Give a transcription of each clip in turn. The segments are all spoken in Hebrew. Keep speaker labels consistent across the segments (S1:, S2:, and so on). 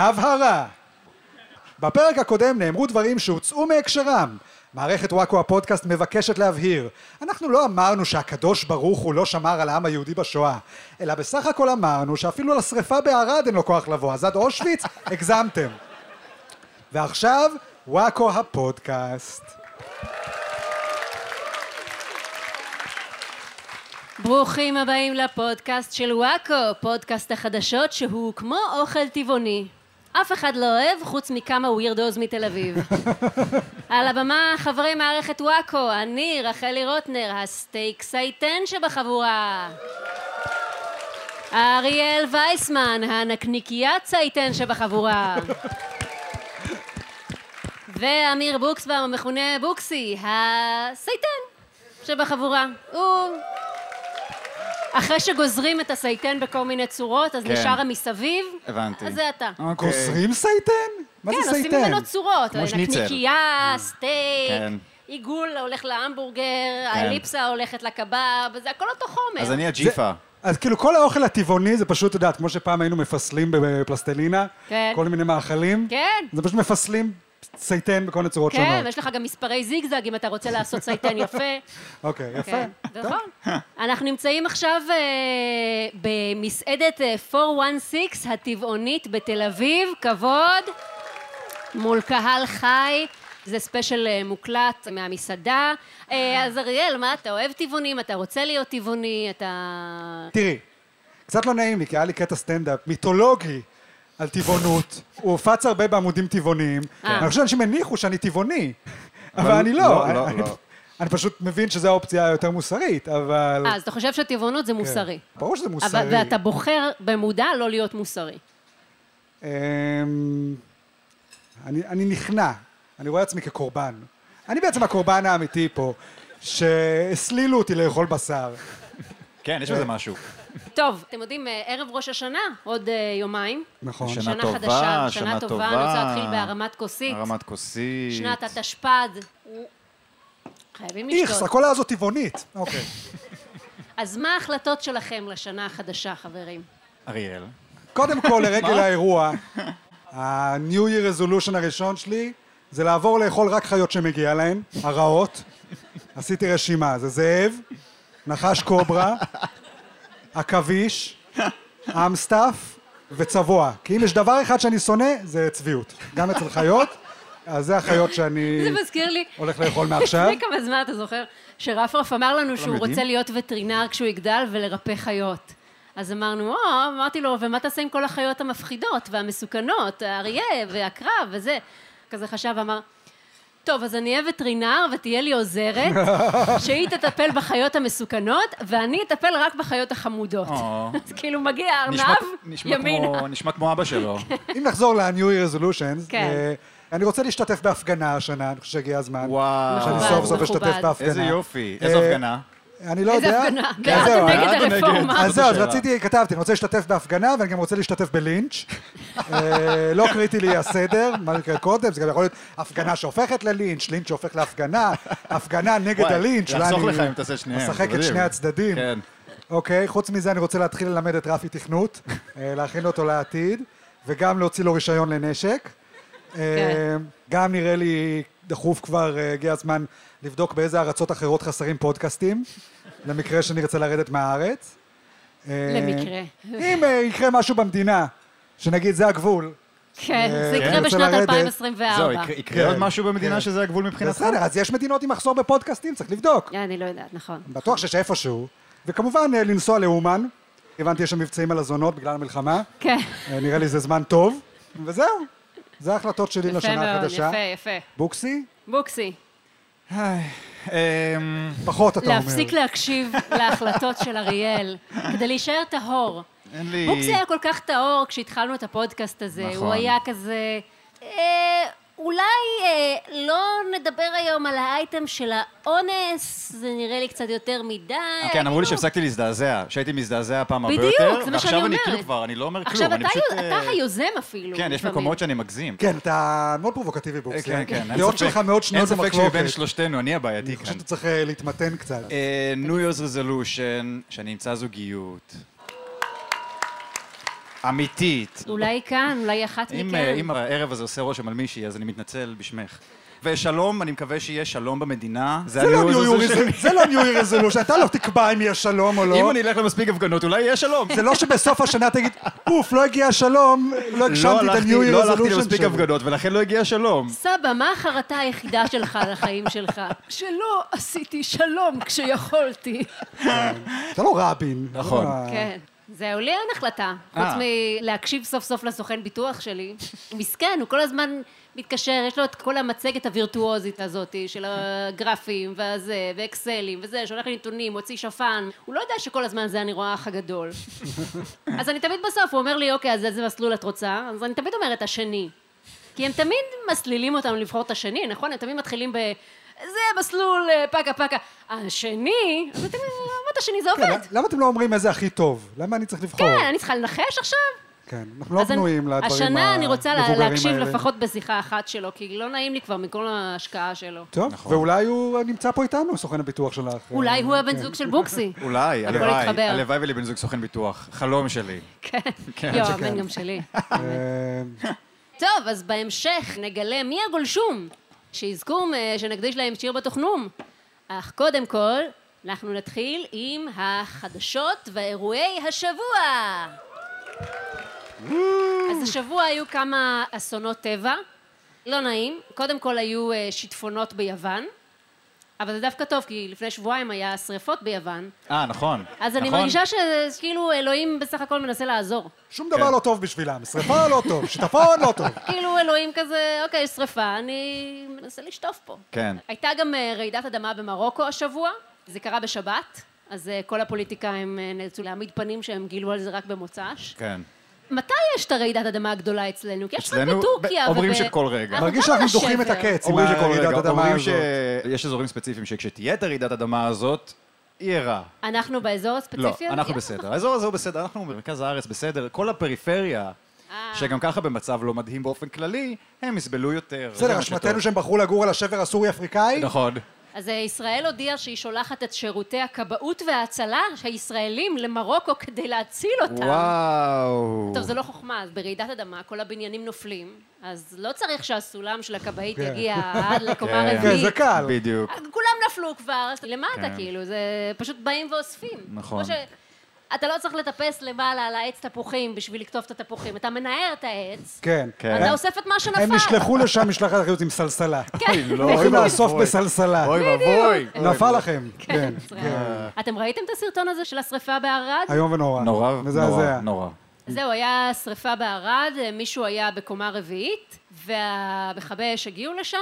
S1: הבהרה. בפרק הקודם נאמרו דברים שהוצאו מהקשרם. מערכת וואקו הפודקאסט מבקשת להבהיר, אנחנו לא אמרנו שהקדוש ברוך הוא לא שמר על העם היהודי בשואה, אלא בסך הכל אמרנו שאפילו על השרפה בערד אין לו כוח לבוא, אז עד אושוויץ הגזמתם. ועכשיו, וואקו הפודקאסט.
S2: ברוכים הבאים לפודקאסט של וואקו, פודקאסט החדשות שהוא כמו אוכל טבעוני. אף אחד לא אוהב, חוץ מכמה ווירדוז מתל אביב. על הבמה, חברי מערכת וואקו, אני, רחלי רוטנר, הסטייק סייטן שבחבורה. אריאל וייסמן, הנקניקיית סייטן שבחבורה. ואמיר בוקסבאום, המכונה בוקסי, הסייטן שבחבורה. הוא אחרי שגוזרים את הסייטן בכל מיני צורות, אז
S3: כן.
S2: נשאר המסביב.
S3: הבנתי.
S2: אז זה אתה.
S3: אוקיי.
S1: גוזרים סייטן? מה
S2: כן,
S1: זה
S2: עושים
S1: סייטן?
S2: ממנו צורות.
S3: כמו שניצל.
S2: נקניקייה, סטייק,
S3: כן.
S2: עיגול הולך להמבורגר, האליפסה הולכת לקבב, זה הכל אותו חומר.
S3: אז אני הג'יפה.
S1: אז כאילו כל האוכל הטבעוני זה פשוט, את יודעת, כמו שפעם היינו מפסלים בפלסטלינה,
S2: כן.
S1: כל מיני מאכלים,
S2: כן.
S1: זה פשוט מפסלים סייטן בכל מיני צורות
S2: כן,
S1: שונות.
S2: ויש לך גם מספרי זיגזג אם אתה רוצה לעשות סייטן יפה.
S1: אוקיי, יפה.
S2: כן,
S1: טוב.
S2: נכון. אנחנו נמצאים עכשיו אה, במסעדת אה, 416 הטבעונית בתל אביב, כבוד, מול קהל חי. זה ספיישל אה, מוקלט מהמסעדה. אה, אז אריאל, מה, אתה אוהב טבעונים? אתה רוצה להיות טבעוני? אתה...
S1: תראי, קצת לא נעים לי, כי היה לי קטע סטנדאפ מיתולוגי על טבעונות. הוא הופץ הרבה בעמודים טבעוניים.
S2: אה.
S1: אני חושב שאנשים הניחו שאני טבעוני, אבל
S3: אבל
S1: אני לא.
S3: לא, לא,
S1: אני-
S3: לא.
S1: אני פשוט מבין שזו האופציה היותר מוסרית, אבל... כן.
S2: אה, אז אתה חושב שטבעונות זה
S3: כן.
S2: מוסרי.
S1: ברור שזה מוסרי.
S2: אבל, ואתה בוחר במודע לא להיות מוסרי.
S1: אמ, אני, אני נכנע, אני רואה עצמי כקורבן. אני בעצם הקורבן האמיתי פה, שהסלילו אותי לאכול בשר.
S3: כן, יש בזה
S2: אה,
S3: משהו.
S2: טוב, אתם יודעים, אה, ערב ראש השנה, עוד אה, יומיים.
S1: נכון.
S3: שנה
S2: שנה
S3: טובה,
S2: חדשה,
S3: שנה
S2: שנה טובה,
S3: טובה.
S2: אני רוצה להתחיל בהרמת כוסית.
S3: הרמת כוסית.
S2: שנת התשפ"ד. חייבים
S1: איכס,
S2: לשתות.
S1: הקולה הזאת טבעונית. אוקיי.
S2: אז מה ההחלטות שלכם לשנה החדשה, חברים?
S3: אריאל.
S1: קודם כל, לרגל האירוע, ה-New Year Resolution הראשון שלי זה לעבור לאכול רק חיות שמגיע להן, הרעות. עשיתי רשימה, זה זאב, נחש קוברה, עכביש, אמסטף וצבוע. כי אם יש דבר אחד שאני שונא, זה צביעות. גם אצל חיות, אז זה החיות שאני
S2: זה מזכיר לי,
S1: הולך לאכול מעכשיו.
S2: לפני כמה זמן אתה זוכר, שרפרף אמר לנו שהוא
S3: יודעים?
S2: רוצה להיות וטרינר כשהוא יגדל ולרפא חיות. אז אמרנו, או, אמרתי לו, ומה תעשה עם כל החיות המפחידות והמסוכנות, האריה והקרב וזה? כזה חשב, אמר, טוב, אז אני אהיה וטרינר ותהיה לי עוזרת, שהיא תטפל בחיות המסוכנות, ואני אטפל רק בחיות החמודות.
S3: או.
S2: אז כאילו מגיע
S3: אה. נשמע-
S2: ארנב,
S3: נשמע
S2: ימינה.
S3: כמו- נשמע כמו אבא שלו.
S1: אם נחזור ל-New Year Resolutions,
S2: כן.
S1: אה, אני רוצה להשתתף בהפגנה השנה, אני חושב שהגיע הזמן.
S3: וואו.
S1: שאני
S2: מכובד,
S1: סוף סוף
S2: מכובד.
S1: אשתתף בהפגנה.
S3: איזה יופי.
S1: אה,
S3: איזו הפגנה. אה,
S1: אני לא יודע.
S2: איזה הפגנה,
S1: אז
S2: בעד
S1: זהו,
S2: או
S1: אז-
S3: בעד או
S2: נגד
S3: נגד?
S2: הרפורמה?
S1: אז
S3: זאת
S1: זהו, אז
S3: השאלה.
S1: רציתי, כתבתי, אני רוצה להשתתף בהפגנה ואני גם רוצה להשתתף בלינץ'. אה, לא קריטי לי הסדר, מה יקרה קודם, זה גם יכול להיות הפגנה שהופכת ללינץ', לינץ' שהופך להפגנה, הפגנה נגד
S3: וואי,
S1: הלינץ', אולי
S3: יחסוך
S1: אני
S3: לך אם תעשה את אה, שניהם,
S1: משחק את
S3: בדיוק.
S1: שני הצדדים.
S3: כן.
S1: אוקיי, חוץ מזה אני רוצה להתחיל ללמד את רפי תכנות, אה, להכין אותו לעתיד, וגם להוציא לו רישיון לנשק. אה,
S2: כן.
S1: גם נראה לי דחוף כבר, אה, הגיע הזמן לבדוק באיזה ארצות אחרות חסרים פודקאסטים, למקרה שנרצה לרדת מהארץ. אה,
S2: למקרה.
S1: אם אה, יקרה משהו במדינה, שנגיד זה הגבול,
S2: כן, זה
S1: כן,
S2: יקרה
S1: רוצה
S2: בשנת
S1: לרדת.
S3: זהו,
S2: 2024.
S3: יקרה- יקרה עוד
S1: כן.
S3: משהו במדינה שזה הגבול מבחינתך?
S1: בסדר, אז יש מדינות עם מחסור בפודקאסטים, צריך לבדוק.
S2: אני לא יודעת, נכון.
S1: בטוח שיש איפשהו. וכמובן, אה, לנסוע לאומן. הבנתי יש שם מבצעים על הזונות בגלל המלחמה.
S2: כן.
S1: אה, נראה לי זה זמן טוב, וזהו. זה ההחלטות שלי
S2: יפה
S1: לשנה
S2: מאוד,
S1: החדשה.
S2: יפה, יפה.
S1: בוקסי?
S2: בוקסי,
S3: אמ,
S1: פחות, אתה אומר.
S2: להפסיק להקשיב להחלטות של אריאל, כדי להישאר טהור.
S3: אין לי... אה,
S2: בוקסי היה כל כך טהור כשהתחלנו את הפודקאסט הזה.
S3: נכון.
S2: הוא היה כזה... "אה, אולי אה, לא נדבר היום על האייטם של האונס, זה נראה לי קצת יותר מדי.
S3: כן, אמרו
S2: כאילו,
S3: לי שהפסקתי להזדעזע, שהייתי מזדעזע פעם הרבה יותר,
S2: בדיוק, זה מה שאני
S3: ועכשיו
S2: אומרת.
S3: אני כאילו כבר, אני לא אומר כלום,
S2: עכשיו
S3: אני
S2: אתה
S3: פשוט...
S2: יוז-
S3: אה,
S2: אתה היוזם אפילו.
S3: כן, יש
S2: לפעמים.
S3: מקומות שאני מגזים.
S1: כן, אתה מאוד פרובוקטיבי,
S3: אה,
S1: בוקסי.
S3: כן, כן, אין
S1: אוקיי, דעות
S3: ספק.
S1: שלך מאוד שנויות
S3: אין ספק
S1: במחלוקת.
S3: שמבין שלושתנו, אני הבעייתי
S1: אני חושב
S3: כאן.
S1: שאתה צריך אה, להתמתן קצת.
S3: כן. אה, New Year's Resolution, שאני אמצא זוגיות. אמיתית.
S2: אולי כאן, אולי אחת
S3: אם,
S2: מכן.
S3: אה, אם הערב הזה עושה רושם על מישהי, אז אני מתנצל בשמך. ושלום, אני מקווה שיהיה שלום במדינה.
S1: זה לא
S3: הניו
S1: ניו
S3: הזה
S1: יור
S3: שלי.
S1: זה לא ניו יור רזולושן, אתה לא תקבע אם יש שלום או
S3: אם
S1: לא.
S3: אני אלך למספיק הפגנות, אולי יהיה שלום.
S1: זה לא שבסוף השנה תגיד, אוף, לא הגיע השלום, לא
S3: לא
S1: הגשמתי את
S3: הלכתי,
S1: הניו יור
S3: לא הלכתי
S1: רזולושן
S3: למספיק
S1: שלי.
S3: הפגנות, ולכן לא הגיע שלום.
S2: סבא, מה החרטה היחידה שלך על החיים שלך? שלא עשיתי שלום כשיכולתי.
S1: אתה לא רבין. אתה
S3: נכון.
S1: לא ה-
S2: כן. זהו, לי אין החלטה. חוץ
S3: אה.
S2: מלהקשיב סוף סוף לסוכן ביטוח שלי. מסכן, הוא כל הזמן מתקשר, יש לו את כל המצגת הווירטואוזית הזאת של הגרפים, והזה, ואקסלים, וזה, שולח לי נתונים, מוציא שפן. הוא לא יודע שכל הזמן זה אני רואה אח הגדול. אז אני תמיד בסוף, הוא אומר לי, אוקיי, אז איזה מסלול את רוצה? אז אני תמיד אומרת, השני. כי הם תמיד מסלילים אותנו לבחור את השני, נכון? הם תמיד מתחילים ב... זה מסלול אה, פקה פקה. השני, אז אתם אומרים, השני זה
S1: כן,
S2: עובד.
S1: למה אתם לא אומרים איזה הכי טוב? למה אני צריך לבחור?
S2: כן, אני צריכה לנחש עכשיו?
S1: כן, אנחנו לא
S2: אז אני-
S1: בנויים לדברים המבוגרים האלה.
S2: השנה אני רוצה לה- להקשיב לפחות בשיחה אחת שלו, כי לא נעים לי כבר מכל ההשקעה שלו.
S1: טוב,
S3: נכון.
S1: ואולי הוא נמצא פה איתנו, סוכן הביטוח שלך.
S2: אולי הוא
S1: כן.
S2: הבן זוג של בוקסי.
S3: אולי,
S2: הכל
S3: הלוואי.
S2: התחבר.
S3: הלוואי ולי בן זוג סוכן ביטוח. חלום שלי.
S2: כן. יואו, הבן גם שלי.
S1: אה,
S2: טוב, אז בהמשך נגלה מי הגולשום שיזכו אה, שנקדיש להם שיר בתוכנום. אך קודם כל, אנחנו נתחיל עם החדשות ואירועי השבוע. אז השבוע היו כמה אסונות טבע, לא נעים. קודם כל היו אה, שיטפונות ביוון, אבל זה דווקא טוב, כי לפני שבועיים היה שריפות ביוון,
S3: אה, נכון.
S2: אז אני
S3: נכון?
S2: מרגישה שכאילו אלוהים בסך הכל מנסה לעזור.
S1: שום
S3: כן.
S1: דבר לא טוב בשבילם, שרפה לא טוב, שיטפון לא טוב.
S2: כאילו אלוהים כזה, אוקיי, יש שריפה, אני מנסה לשטוף פה.
S3: כן.
S2: הייתה גם אה, רעידת אדמה במרוקו השבוע, זה קרה בשבת, אז אה, כל הפוליטיקאים אה, נאלצו להעמיד פנים שהם גילו על זה רק במוצ"ש.
S3: כן.
S2: מתי יש את הרעידת אדמה הגדולה אצלנו? כי יש רק
S3: אצלנו,
S2: בטורקיה.
S3: ב- אומרים
S2: וב-
S3: שכל רגע.
S2: אנחנו
S1: מרגיש
S2: גם
S1: שאנחנו
S2: על השבר.
S1: דוחים את הקץ עם
S3: אומרים שכל
S1: הרעידת
S3: רגע,
S1: אדמה
S3: אומרים
S1: הזאת.
S3: שיש אזורים ספציפיים שכשתהיה את הרעידת אדמה הזאת, יהיה רע.
S2: אנחנו באזור הספציפי?
S3: לא,
S2: הזה?
S3: אנחנו בסדר. האזור הזה הוא בסדר, אנחנו במרכז הארץ בסדר. כל הפריפריה,
S2: אה.
S3: שגם ככה במצב לא מדהים באופן כללי, הם יסבלו יותר. זה
S1: בסדר,
S3: מה
S1: אשמתנו
S3: שטוב.
S1: שהם בחרו לגור על השבר הסורי-אפריקאי?
S3: נכון.
S2: אז אה, ישראל הודיעה שהיא שולחת את שירותי הכבאות וההצלה הישראלים למרוקו כדי להציל אותם.
S3: וואו.
S2: טוב, זה לא חוכמה, אז ברעידת אדמה כל הבניינים נופלים, אז לא צריך שהסולם של הכבאית
S1: כן.
S2: יגיע עד לקומה
S3: כן.
S1: כן,
S2: הרביעית.
S1: זה קל.
S3: בדיוק.
S2: כולם נפלו כבר, אז למה אתה
S3: כן.
S2: כאילו? זה פשוט באים ואוספים.
S3: נכון.
S2: כמו ש- אתה לא צריך לטפס למעלה על העץ תפוחים בשביל לקטוף את התפוחים, אתה מנער את העץ,
S1: כן.
S3: כן.
S2: אתה אוסף את מה שנפל.
S1: הם נשלחו לשם משלחת אחריות עם סלסלה.
S2: כן.
S3: לא,
S1: הולכים
S3: אוי
S1: לאסוף
S3: ואבוי.
S2: אה,
S1: בסלסלה.
S3: אוי ואבוי.
S1: נפל לכם. כן.
S2: ישראל. אתם ראיתם את הסרטון הזה של השריפה בערד?
S1: איום ונורא.
S3: נורא, נורא,
S1: מזעזע.
S3: נורא.
S2: זהו, היה שריפה בערד, מישהו היה בקומה רביעית, והמכבי אש הגיעו לשם,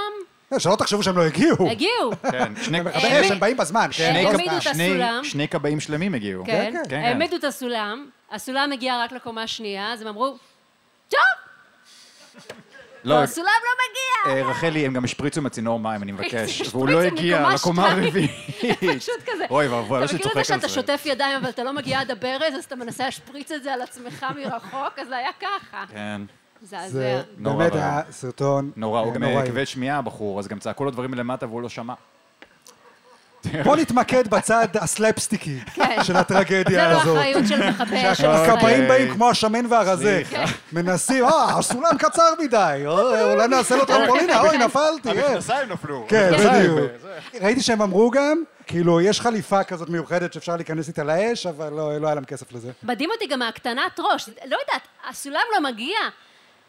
S1: אה, שלא תחשבו שהם לא הגיעו.
S2: הגיעו.
S3: כן, שני-
S1: מכבי אש, הם באים בזמן. כן.
S3: שני
S2: הם
S3: כב-
S2: העמידו את
S3: שני-
S2: הסולם.
S3: שני כבאים שלמים הגיעו.
S2: כן,
S1: כן,
S3: כן.
S2: העמידו את הסולם, הסולם הגיע רק לקומה השנייה, אז הם אמרו, טוב,
S3: לא,
S2: הסולם לא מגיע.
S3: אה, רחלי, הם גם השפריצו מהצינור מים, אני מבקש.
S2: השפריצו
S3: והוא לא הגיע
S2: מקומה
S3: לקומה
S2: שתיים.
S3: הרביעית.
S2: פשוט כזה.
S3: אה, אוי ואבוי, לא
S2: אתה מכיר
S3: שצוחק
S2: את זה
S3: על
S2: שאתה
S3: זה.
S2: שוטף ידיים אבל אתה לא מגיע עד הברז, אז אתה מנסה להשפריץ את זה על עצמך מרחוק, אז זה היה ככה.
S3: כן.
S2: מזעזע.
S1: זה
S3: נורא
S1: באמת
S3: ואיום.
S1: היה סרטון אה,
S3: נורא, הוא גם
S1: נוראי.
S3: כבד שמיעה הבחור, אז גם צעקו לו דברים מלמטה והוא לא שמע.
S1: בוא נתמקד בצד הסלפסטיקי
S2: כן.
S1: של
S2: זה
S1: הטרגדיה
S2: לא
S1: הזאת.
S2: אחריות של מכבי אש של ישראל.
S1: הכבאים באים כמו השמן והרזה.
S3: סליחה.
S1: מנסים, אה, הסולם קצר מדי, אוי, אולי נעשה לו טרמפולינה, אוי, נפלתי, אה.
S3: נפלו.
S1: כן, בדיוק. ראיתי שהם אמרו גם, כאילו, יש חליפה כזאת מיוחדת שאפשר להיכנס איתה לאש, אבל לא לא היה להם כסף לזה.
S2: מדהים אותי גם הקטנת ראש, לא יודעת, הסולם לא מגיע.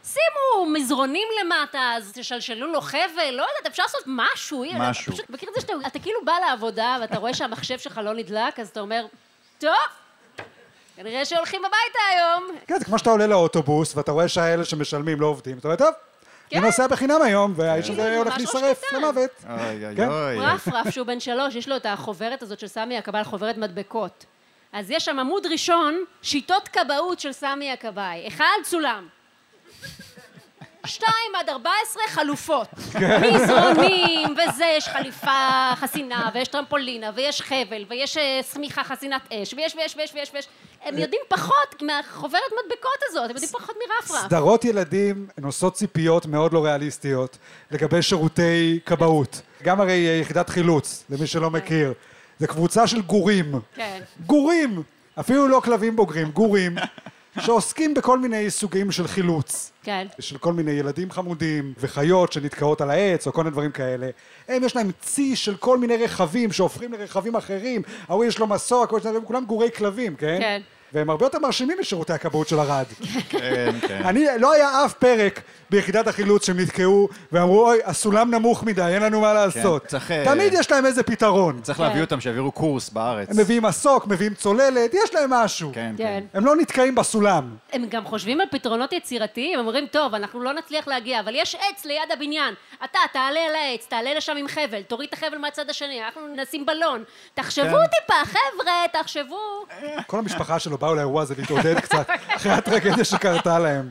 S2: שימו מזרונים למטה, אז תשלשלו לו חבל, לא יודעת, אפשר לעשות משהו. הנה,
S3: משהו.
S2: פשוט מכיר את זה שאתה אתה כאילו בא לעבודה ואתה רואה שהמחשב שלך לא נדלק, אז אתה אומר, טוב, כנראה שהולכים הביתה היום.
S1: כן, זה כמו שאתה עולה לאוטובוס, ואתה רואה שהאלה שמשלמים לא עובדים, אתה אומר, טוב, אני
S2: כן.
S1: נוסע בחינם היום, והאיש הזה
S2: ממש לא
S1: הולך
S2: ראש
S1: להישרף
S2: קטן.
S1: למוות.
S3: אוי אוי
S1: כן.
S3: אוי.
S2: רפרף, שהוא בן שלוש, יש לו את החוברת הזאת של סמי הכבאי, חוברת מדבקות. אז יש שם עמוד ראשון, שיטות כבאות של סמי הכבאי. אחד, צולם. שתיים עד ארבע עשרה חלופות. מזרונים, וזה, יש חליפה חסינה, ויש טרמפולינה, ויש חבל, ויש אה, שמיכה חסינת אש, ויש ויש ויש ויש ויש. הם יודעים פחות מהחוברת מדבקות הזאת, הם יודעים פחות מרפרף.
S1: סדרות ילדים נושאות ציפיות מאוד לא ריאליסטיות לגבי שירותי כבאות. גם הרי אה, יחידת חילוץ, למי שלא מכיר. זה קבוצה של גורים.
S2: כן.
S1: גורים! אפילו לא כלבים בוגרים, גורים. שעוסקים בכל מיני סוגים של חילוץ.
S2: כן.
S1: של כל מיני ילדים חמודים וחיות שנתקעות על העץ או כל מיני דברים כאלה. הם יש להם צי של כל מיני רכבים שהופכים לרכבים אחרים, ההוא יש לו מסוק, ההוא יש לו- כולם גורי כלבים, כן?
S2: כן.
S1: והם הרבה יותר מרשימים משירותי הכבאות של ערד.
S3: כן, כן.
S1: אני, לא היה אף פרק ביחידת החילוץ שהם נתקעו ואמרו, אוי, הסולם נמוך מדי, אין לנו מה לעשות.
S3: צריך, אה,
S1: תמיד יש להם איזה פתרון.
S3: צריך
S2: כן.
S3: להביא אותם, שיעבירו קורס בארץ.
S1: הם מביאים מסוק, מביאים צוללת, יש להם משהו.
S3: כן,
S2: כן.
S3: כן.
S1: הם לא נתקעים בסולם.
S2: הם גם חושבים על פתרונות יצירתיים, הם אומרים, טוב, אנחנו לא נצליח להגיע, אבל יש עץ ליד הבניין. אתה, תעלה על העץ, תעלה לשם עם חבל, תוריד את החבל מהצד השני, אנחנו נשים בלון. תחשבו
S3: כן.
S2: טיפה, חבר'ה, תחשבו.
S1: כל המשפחה שלו באו לאירוע הזה להתעודד קצת, אחרי הטרגדיה שקרתה להם.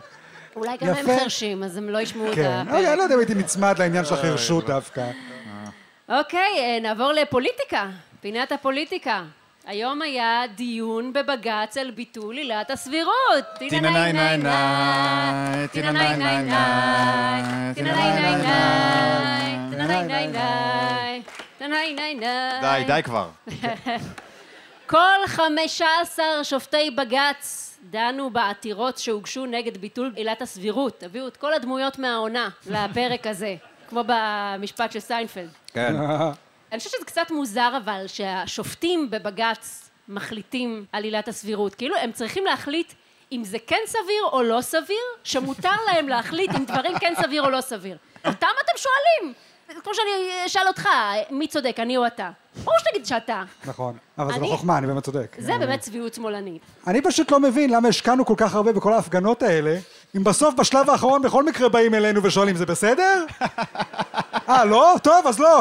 S2: אולי גם הם
S1: יפה.
S2: חרשים, אז הם לא ישמעו את
S1: כן.
S2: הפרק.
S1: אוקיי, אני לא יודע אם הייתי נצמד לעניין של החירשות דווקא. לא-
S2: אוקיי, אה, נעבור לפוליטיקה, פינת הפוליטיקה. היום היה דיון בבג"ץ על ביטול עילת הסבירות.
S3: תינניי, ניי, ניי,
S2: תינניי, ניי, ניי, תינניי, ניי, ניי, תינניי, ניי, ניי, תינניי, ניי, ניי.
S3: די, די כבר.
S2: כל 15 שופטי בג"ץ דנו בעתירות שהוגשו נגד ביטול עילת הסבירות. הביאו את כל הדמויות מהעונה לפרק הזה, כמו במשפט של סיינפלד.
S3: כן.
S2: אני חושבת שזה קצת מוזר אבל שהשופטים בבג"ץ מחליטים על עילת הסבירות. כאילו הם צריכים להחליט אם זה כן סביר או לא סביר, שמותר להם להחליט אם דברים כן סביר או לא סביר. אותם אתם שואלים? כמו שאני אשאל אותך, מי צודק, אני או אתה? ברור שתגיד שאתה.
S1: נכון. אבל זה לא
S2: אני-
S1: חוכמה, אני באמת צודק.
S2: זה באמת צביעות שמאלנית.
S1: אני פשוט לא מבין למה השקענו כל כך הרבה בכל ההפגנות האלה, אם בסוף בשלב האחרון בכל מקרה באים אלינו ושואלים זה בסדר? אה, לא? טוב, אז לא.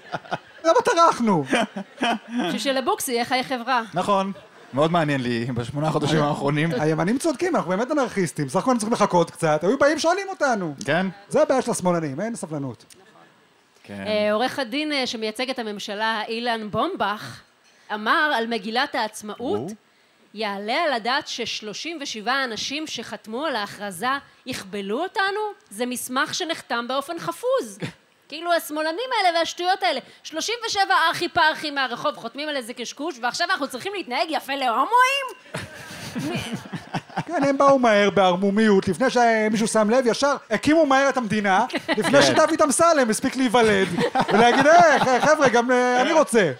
S1: למה טרחנו?
S2: בשביל שלבוקסי יהיה חיי חברה.
S3: נכון. מאוד מעניין לי, בשמונה החודשים האחרונים.
S2: אה,
S1: הימנים צודקים, אנחנו באמת אנרכיסטים, סך הכול צריכים לחכות קצת, היו באים שואלים אותנו.
S3: כן?
S1: זה הבעיה של השמאלנים, אין סבלנות.
S3: כן.
S2: אה, עורך הדין אה, שמייצג את הממשלה, אילן בומבך, אמר על מגילת העצמאות, יעלה על הדעת ש-37 האנשים שחתמו על ההכרזה יכבלו אותנו? זה מסמך שנחתם באופן חפוז. כאילו השמאלנים האלה והשטויות האלה, 37 ארכי פרחי מהרחוב חותמים על איזה קשקוש ועכשיו אנחנו צריכים להתנהג יפה להומואים?
S1: כן, הם באו מהר בערמומיות, לפני שמישהו שם לב, ישר הקימו מהר את המדינה, לפני שדוד אמסלם הספיק להיוולד, ולהגיד, אה, חבר'ה, גם אה, אני רוצה.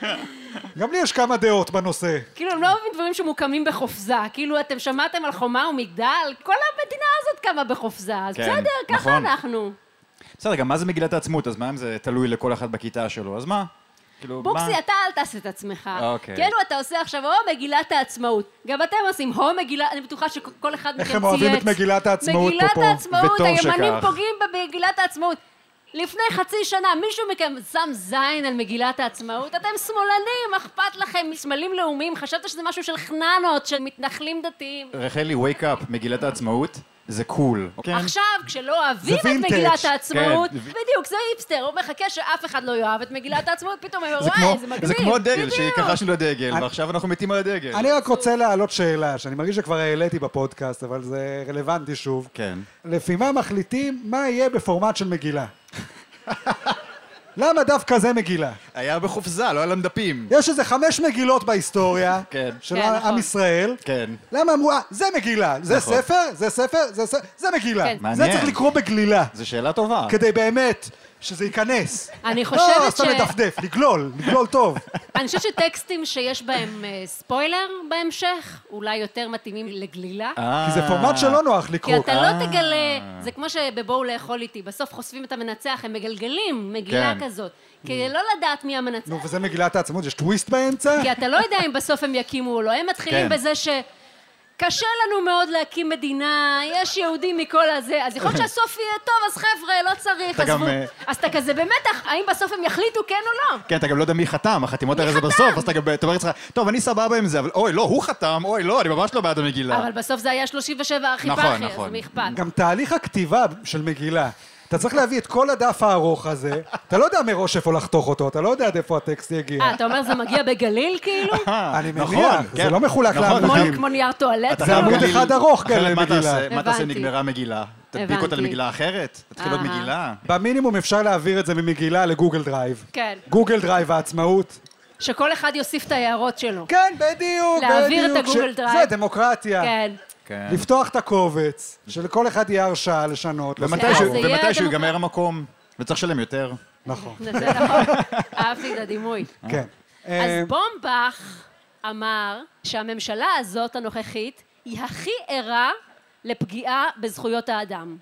S1: גם לי יש כמה דעות בנושא.
S2: כאילו הם לא אוהבים דברים שמוקמים בחופזה, כאילו אתם שמעתם על חומה ומגדל? כל המדינה הזאת קמה בחופזה, אז
S3: כן,
S2: בסדר, ככה
S3: נכון.
S2: אנחנו.
S3: בסדר, גם מה זה מגילת העצמות? אז מה אם זה תלוי לכל אחד בכיתה שלו? אז מה? כאילו, מה?
S2: בוקסי, אתה אל תעשה את עצמך.
S3: אוקיי.
S2: כאילו אתה עושה עכשיו או מגילת העצמאות. גם אתם עושים או מגילה, אני בטוחה שכל אחד מכם צייץ.
S1: איך הם אוהבים את מגילת העצמאות פה,
S2: מגילת
S1: פה.
S2: העצמאות,
S3: וטוב
S2: הימנים
S3: שכך.
S2: פוגעים במגילת העצמאות. לפני חצי שנה מישהו מכם שם זין על מגילת העצמאות? אתם שמאלנים, אכפת לכם, סמלים לאומיים, חשבת שזה משהו של חננות, של מתנחלים דתיים.
S3: רחלי, wake up, מגילת העצמאות, זה קול. כן?
S2: עכשיו, כשלא אוהבים
S1: זה
S2: את
S1: וינטג'.
S2: מגילת העצמאות,
S3: כן, זה וינ-
S2: בדיוק, זה היפסטר, הוא מחכה שאף אחד לא יאהב את מגילת העצמאות, פתאום הוא אומר,
S3: זה כמו-
S2: וואי, זה מגניב.
S3: זה כמו הדגל,
S2: בדיוק.
S3: שהתכחשנו לדגל,
S1: אני-
S3: ועכשיו אנחנו מתים על הדגל.
S1: אני רק רוצה להעלות שאלה, שאני מרגיש שכבר העליתי בפודקאסט, אבל זה רלוונטי שוב.
S3: כן.
S1: לפי מה מחליטים מה יהיה בפורמט של מגילה? למה דווקא זה מגילה?
S3: היה בחופזה, לא היה להם דפים.
S1: יש איזה חמש מגילות בהיסטוריה
S3: כן.
S1: של
S2: כן, נכון.
S1: עם ישראל.
S3: כן.
S1: למה אמרו, "אה, זה מגילה, זה
S3: נכון.
S1: ספר, זה ספר, זה ספר, זה מגילה.
S2: כן.
S1: זה
S3: מעניין.
S1: צריך לקרוא בגלילה,
S3: זו שאלה טובה.
S1: כדי באמת שזה ייכנס.
S2: אני חושבת
S1: לא, סתם
S2: ש-
S1: לדפדף, לגלול, לגלול טוב.
S2: אני חושבת שטקסטים שיש בהם אה, ספוילר בהמשך, אולי יותר מתאימים לגלילה.
S3: אה.
S1: כי זה פורמט שלא נוח
S2: כי
S1: לקרוא.
S2: אתה לא תגלה, זה כמו שבבואו לאכול איתי, בסוף חושפים את המנצח, הם מגלגלים מגילה
S3: כן.
S2: כזאת. כדי לא לדעת מי המנצח.
S1: נו, וזה מגילת העצמאות, יש טוויסט באמצע?
S2: כי אתה לא יודע אם בסוף הם יקימו או לא. הם מתחילים
S3: כן.
S2: בזה ש... קשה לנו מאוד להקים מדינה, יש יהודים מכל הזה, אז יכול להיות שהסוף יהיה טוב, אז חבר'ה, לא צריך,
S3: אתה גם,
S2: עזבו.
S3: אה,
S2: אז אתה כזה במתח, האם בסוף הם יחליטו כן או לא?
S3: כן, אתה גם לא יודע מי חתם, החתימות האלה זה בסוף, אז אתה גם אתה אומר לעצמך, טוב, אני סבבה עם זה, אבל אוי, לא, הוא חתם, אוי, לא, אני ממש לא בעד המגילה.
S2: אבל בסוף זה היה 37 ארכי
S3: נכון,
S2: פרחי, אז
S3: נכון.
S2: מי אכפת?
S1: גם תהליך הכתיבה של מגילה. אתה צריך להביא את כל הדף הארוך הזה, אתה לא יודע מראש איפה לחתוך אותו, אתה לא יודע עד איפה הטקסט יגיע.
S2: אה, אתה אומר זה מגיע בגליל כאילו?
S3: אה,
S1: אני
S3: נכון,
S1: מניח, זה
S3: כן.
S1: לא מחולק
S3: נכון,
S1: לעמודים.
S2: כמו-
S3: נכון.
S2: כמו נייר טואלט?
S3: אתה
S1: זה
S3: חייב
S1: עמוד
S3: גליל.
S1: אחד ארוך, כן,
S3: אחרת מה
S1: למגילה.
S3: תעשה? מה תעשה,
S2: הבנתי.
S3: נגמרה מגילה? תדביק
S2: הבנתי.
S3: אותה למגילה אחרת? תתחיל עוד
S2: אהה.
S3: מגילה?
S1: במינימום אפשר להעביר את זה ממגילה לגוגל דרייב.
S2: כן.
S1: גוגל דרייב העצמאות.
S2: שכל אחד יוסיף את ההערות שלו.
S1: כן, בדיוק,
S2: להעביר את
S1: בדיוק,
S2: הגוגל
S1: ש-
S2: דרייב.
S1: זה דמוקרטיה.
S2: כן.
S3: כן.
S1: לפתוח את הקובץ, שלכל אחד יהיה הרשאה לשנות.
S2: ואז
S3: ומתישהו
S2: זה יהיה
S3: ומתישהו
S2: הדמוקרטיה.
S3: ייגמר המקום, וצריך לשלם יותר.
S1: נכון,
S2: זה זה נכון, אהבתי את הדימוי.
S1: כן. אה,
S2: אז בומבך אמר שהממשלה הזאת הנוכחית היא הכי ערה לפגיעה בזכויות האדם.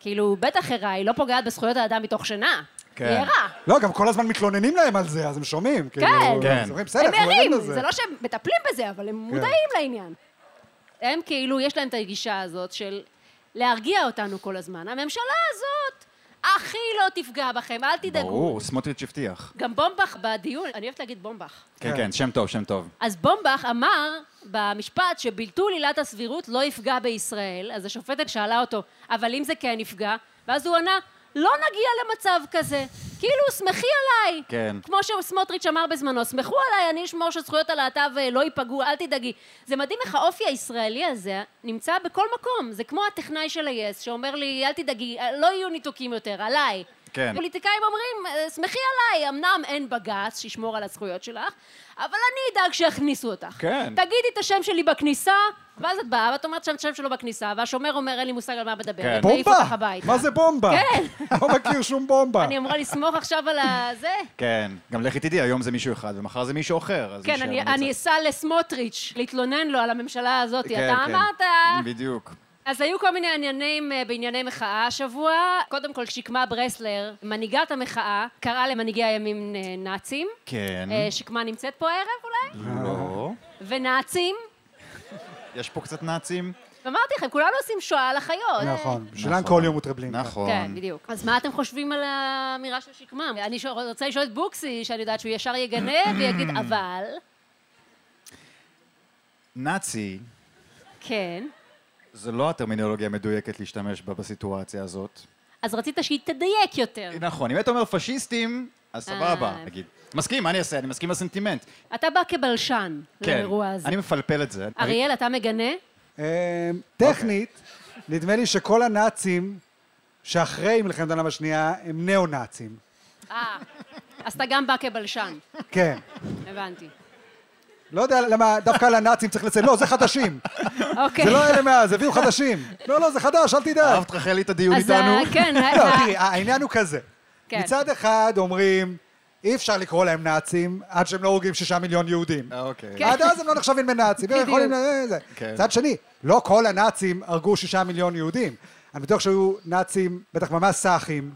S2: כאילו, היא בטח ערה, היא לא פוגעת בזכויות האדם מתוך שינה.
S3: כן.
S2: היא ערה.
S1: לא, גם כל הזמן מתלוננים להם על זה, אז הם שומעים. כאילו,
S2: כן.
S1: אז אומרים, בסדר,
S2: הם
S1: אנחנו
S2: ערים,
S1: ערים לזה.
S2: זה לא שהם מטפלים בזה, אבל הם מודעים לעניין. הם כאילו, יש להם את הגישה הזאת של להרגיע אותנו כל הזמן. הממשלה הזאת הכי לא תפגע בכם, אל תדאגו.
S3: ברור, סמוטריץ' הבטיח.
S2: גם בומבך בדיון, אני אוהבת להגיד בומבך.
S3: כן,
S1: כן.
S3: כן, שם טוב, שם טוב.
S2: אז בומבך אמר במשפט שביטול עילת הסבירות לא יפגע בישראל, אז השופטת שאלה אותו, אבל אם זה כן יפגע? ואז הוא ענה, לא נגיע למצב כזה. כאילו, שמחי עליי.
S3: כן.
S2: כמו שסמוטריץ' אמר בזמנו, שמחו עליי, אני אשמור שזכויות הלהט"ב אה, לא ייפגעו, אל תדאגי. זה מדהים איך האופי הישראלי הזה נמצא בכל מקום. זה כמו הטכנאי של היס, שאומר לי, אל תדאגי, אה, לא יהיו ניתוקים יותר, עליי.
S3: כן.
S2: פוליטיקאים אומרים, "אה, שמחי עליי, אמנם אין בג"ץ שישמור על הזכויות שלך, אבל אני אדאג שיכניסו אותך.
S3: כן.
S2: תגידי את השם שלי בכניסה, ואז את באה, ואת אומרת שם את השם שלו בכניסה, והשומר אומר, אין לי מושג על מה
S3: כן.
S2: מדברת, מעיף
S1: בומבה?
S2: אותך הביתה.
S1: מה זה בומבה?
S2: כן.
S1: לא מכיר שום בומבה.
S2: אני אמורה לסמוך עכשיו על הזה?
S3: כן, גם לכי תדעי, היום זה מישהו אחד, ומחר זה מישהו אחר. אז
S2: כן,
S3: יישאר
S2: אני-
S3: במצב.
S2: אני אסע לסמוטריץ' להתלונן לו על הממשלה הזאת.
S3: כן,
S2: אתה
S3: כן.
S2: אמרת...
S3: בדיוק.
S2: אז היו כל מיני עניינים אה, בענייני מחאה השבוע. קודם כל, שקמה ברסלר, מנהיגת המחאה, קראה למנהיגי הימין אה, נאצים.
S3: כן.
S2: אה, שקמה נמצאת פה הערב
S1: אה.
S2: אולי?
S3: לא.
S2: ונאצים.
S3: יש פה קצת נאצים.
S2: ואמרתי לכם, כולנו עושים שואה על החיות.
S1: נכון, בשבילם
S3: נכון.
S1: כל יום הוא טרבלינקה.
S3: נכון.
S2: כן, בדיוק. אז מה אתם חושבים על האמירה של שקמה? אני שואל- רוצה לשאול את בוקסי, שאני יודעת שהוא ישר יגנה ויגיד, אבל...
S3: נאצי
S2: כן.
S3: זה לא הטרמינולוגיה המדויקת להשתמש בה בסיטואציה הזאת.
S2: אז רצית שהיא תדייק יותר.
S3: נכון, אם היית אומר פשיסטים, אז סבבה,
S2: אה.
S3: נגיד. מסכים, מה אני אעשה? אני מסכים לסנטימנט.
S2: אתה בא כבלשן לאירוע הזה.
S3: כן, אני מפלפל את זה.
S2: אריאל, אתה מגנה?
S1: אה, טכנית, נדמה לי שכל הנאצים שאחרי מלחמת העולם השנייה הם ניאו-נאצים.
S2: אה, אז אתה גם בא כבלשן,
S1: כן.
S2: הבנתי.
S1: לא יודע למה דווקא על הנאצים צריך לציין, לא, זה חדשים.
S2: אוקיי.
S1: זה לא אלה מאז, הביאו חדשים. לא, לא, זה חדש, אל תדאג.
S3: אהבת רחלי את הדיון
S2: אז ה-
S3: איתנו?
S2: כן, ה-
S1: לא,
S2: ה-
S1: תראי, העניין הוא כזה.
S2: כן.
S1: מצד אחד אומרים, אי אפשר לקרוא להם נאצים עד שהם לא הורגים שישה מיליון יהודים.
S3: אה, אוקיי.
S2: כן.
S1: עד אז הם לא נחשבים לנאצים. הם
S2: בדיוק.
S1: יכולים ל- זה.
S3: כן.
S1: צד שני, לא כל הנאצים הרגו שישה מיליון יהודים. אני בטוח שהיו נאצים, בטח ממש סאחים,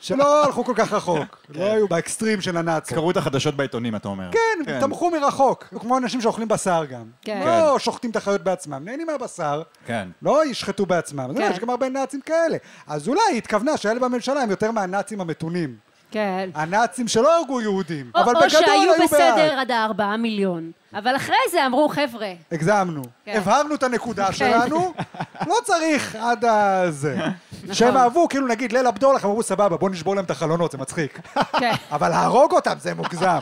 S1: שלא הלכו כל כך רחוק.
S2: כן.
S1: לא היו באקסטרים של הנאצים.
S3: קראו את החדשות בעיתונים, אתה אומר.
S1: כן, תמכו מרחוק. כמו אנשים שאוכלים בשר גם.
S2: כן.
S1: לא שוחטים את החיות בעצמם, נהנים מהבשר.
S3: כן.
S1: לא ישחטו בעצמם. אז אני אומר,
S2: כן.
S1: יש גם הרבה נאצים כאלה. אז אולי היא התכוונה שאלה בממשלה הם יותר מהנאצים המתונים.
S2: כן.
S1: הנאצים שלא הרגו יהודים,
S2: או
S1: אבל
S2: או
S1: בגדול
S2: שהיו
S1: היו בעד.
S2: בסדר עד הארבעה מיליון. אבל אחרי זה אמרו, חבר'ה,
S1: הגזמנו.
S2: כן.
S1: הבהרנו את הנקודה שלנו, לא צריך עד הזה.
S2: נכון.
S1: שהם אהבו, כאילו נגיד ליל הבדולח, הם אמרו סבבה, בוא נשבור להם את החלונות, זה מצחיק.
S2: כן.
S1: אבל להרוג אותם זה מוגזם.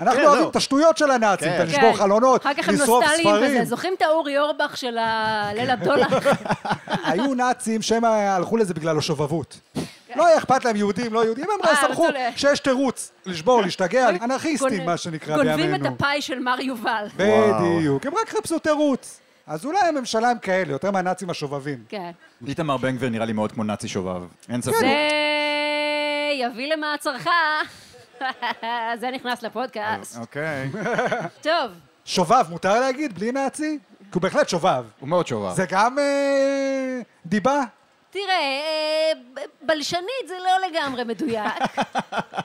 S1: אנחנו
S3: כן,
S1: אוהבים
S3: זהו.
S1: את השטויות של הנאצים,
S3: כן.
S1: את הלשבור
S2: כן.
S1: חלונות,
S2: אחר כך הם
S1: לשרוף
S2: נוסטליים וזה.
S1: ספרים. כן.
S2: זוכרים את האורי אורבך של הליל הבדולח?
S1: היו נאצים שהם אה, הלכו לזה בגלל השובבות. לא היה אכפת להם יהודים, לא יהודים, הם
S2: כן. אה,
S1: רק סמכו
S2: רצו ל-
S1: שיש תירוץ לשבור, להשתגע, אנרכיסטים,
S2: גונב-
S1: מה שנקרא בימינו.
S2: גונבים את הפאי של מר יובל.
S3: וואו.
S1: בדיוק, הם רק חיפשו תירוץ. אז אולי הממשלה הם כאלה, יותר מהנאצים השובבים.
S2: כן.
S3: איתמר בן גביר נראה לי מאוד כמו נאצי שובב. אין ספק.
S2: זה יביא למעצרך. זה נכנס
S1: אה,
S2: לפודקאסט.
S3: אוקיי.
S2: טוב,
S1: שובב, מותר להגיד? בלי נאצי? כי הוא בהחלט שובב.
S3: הוא מאוד שובב.
S1: זה גם אה, דיבה?
S2: תראה, אה, ב- בלשנית זה לא לגמרי מדויק.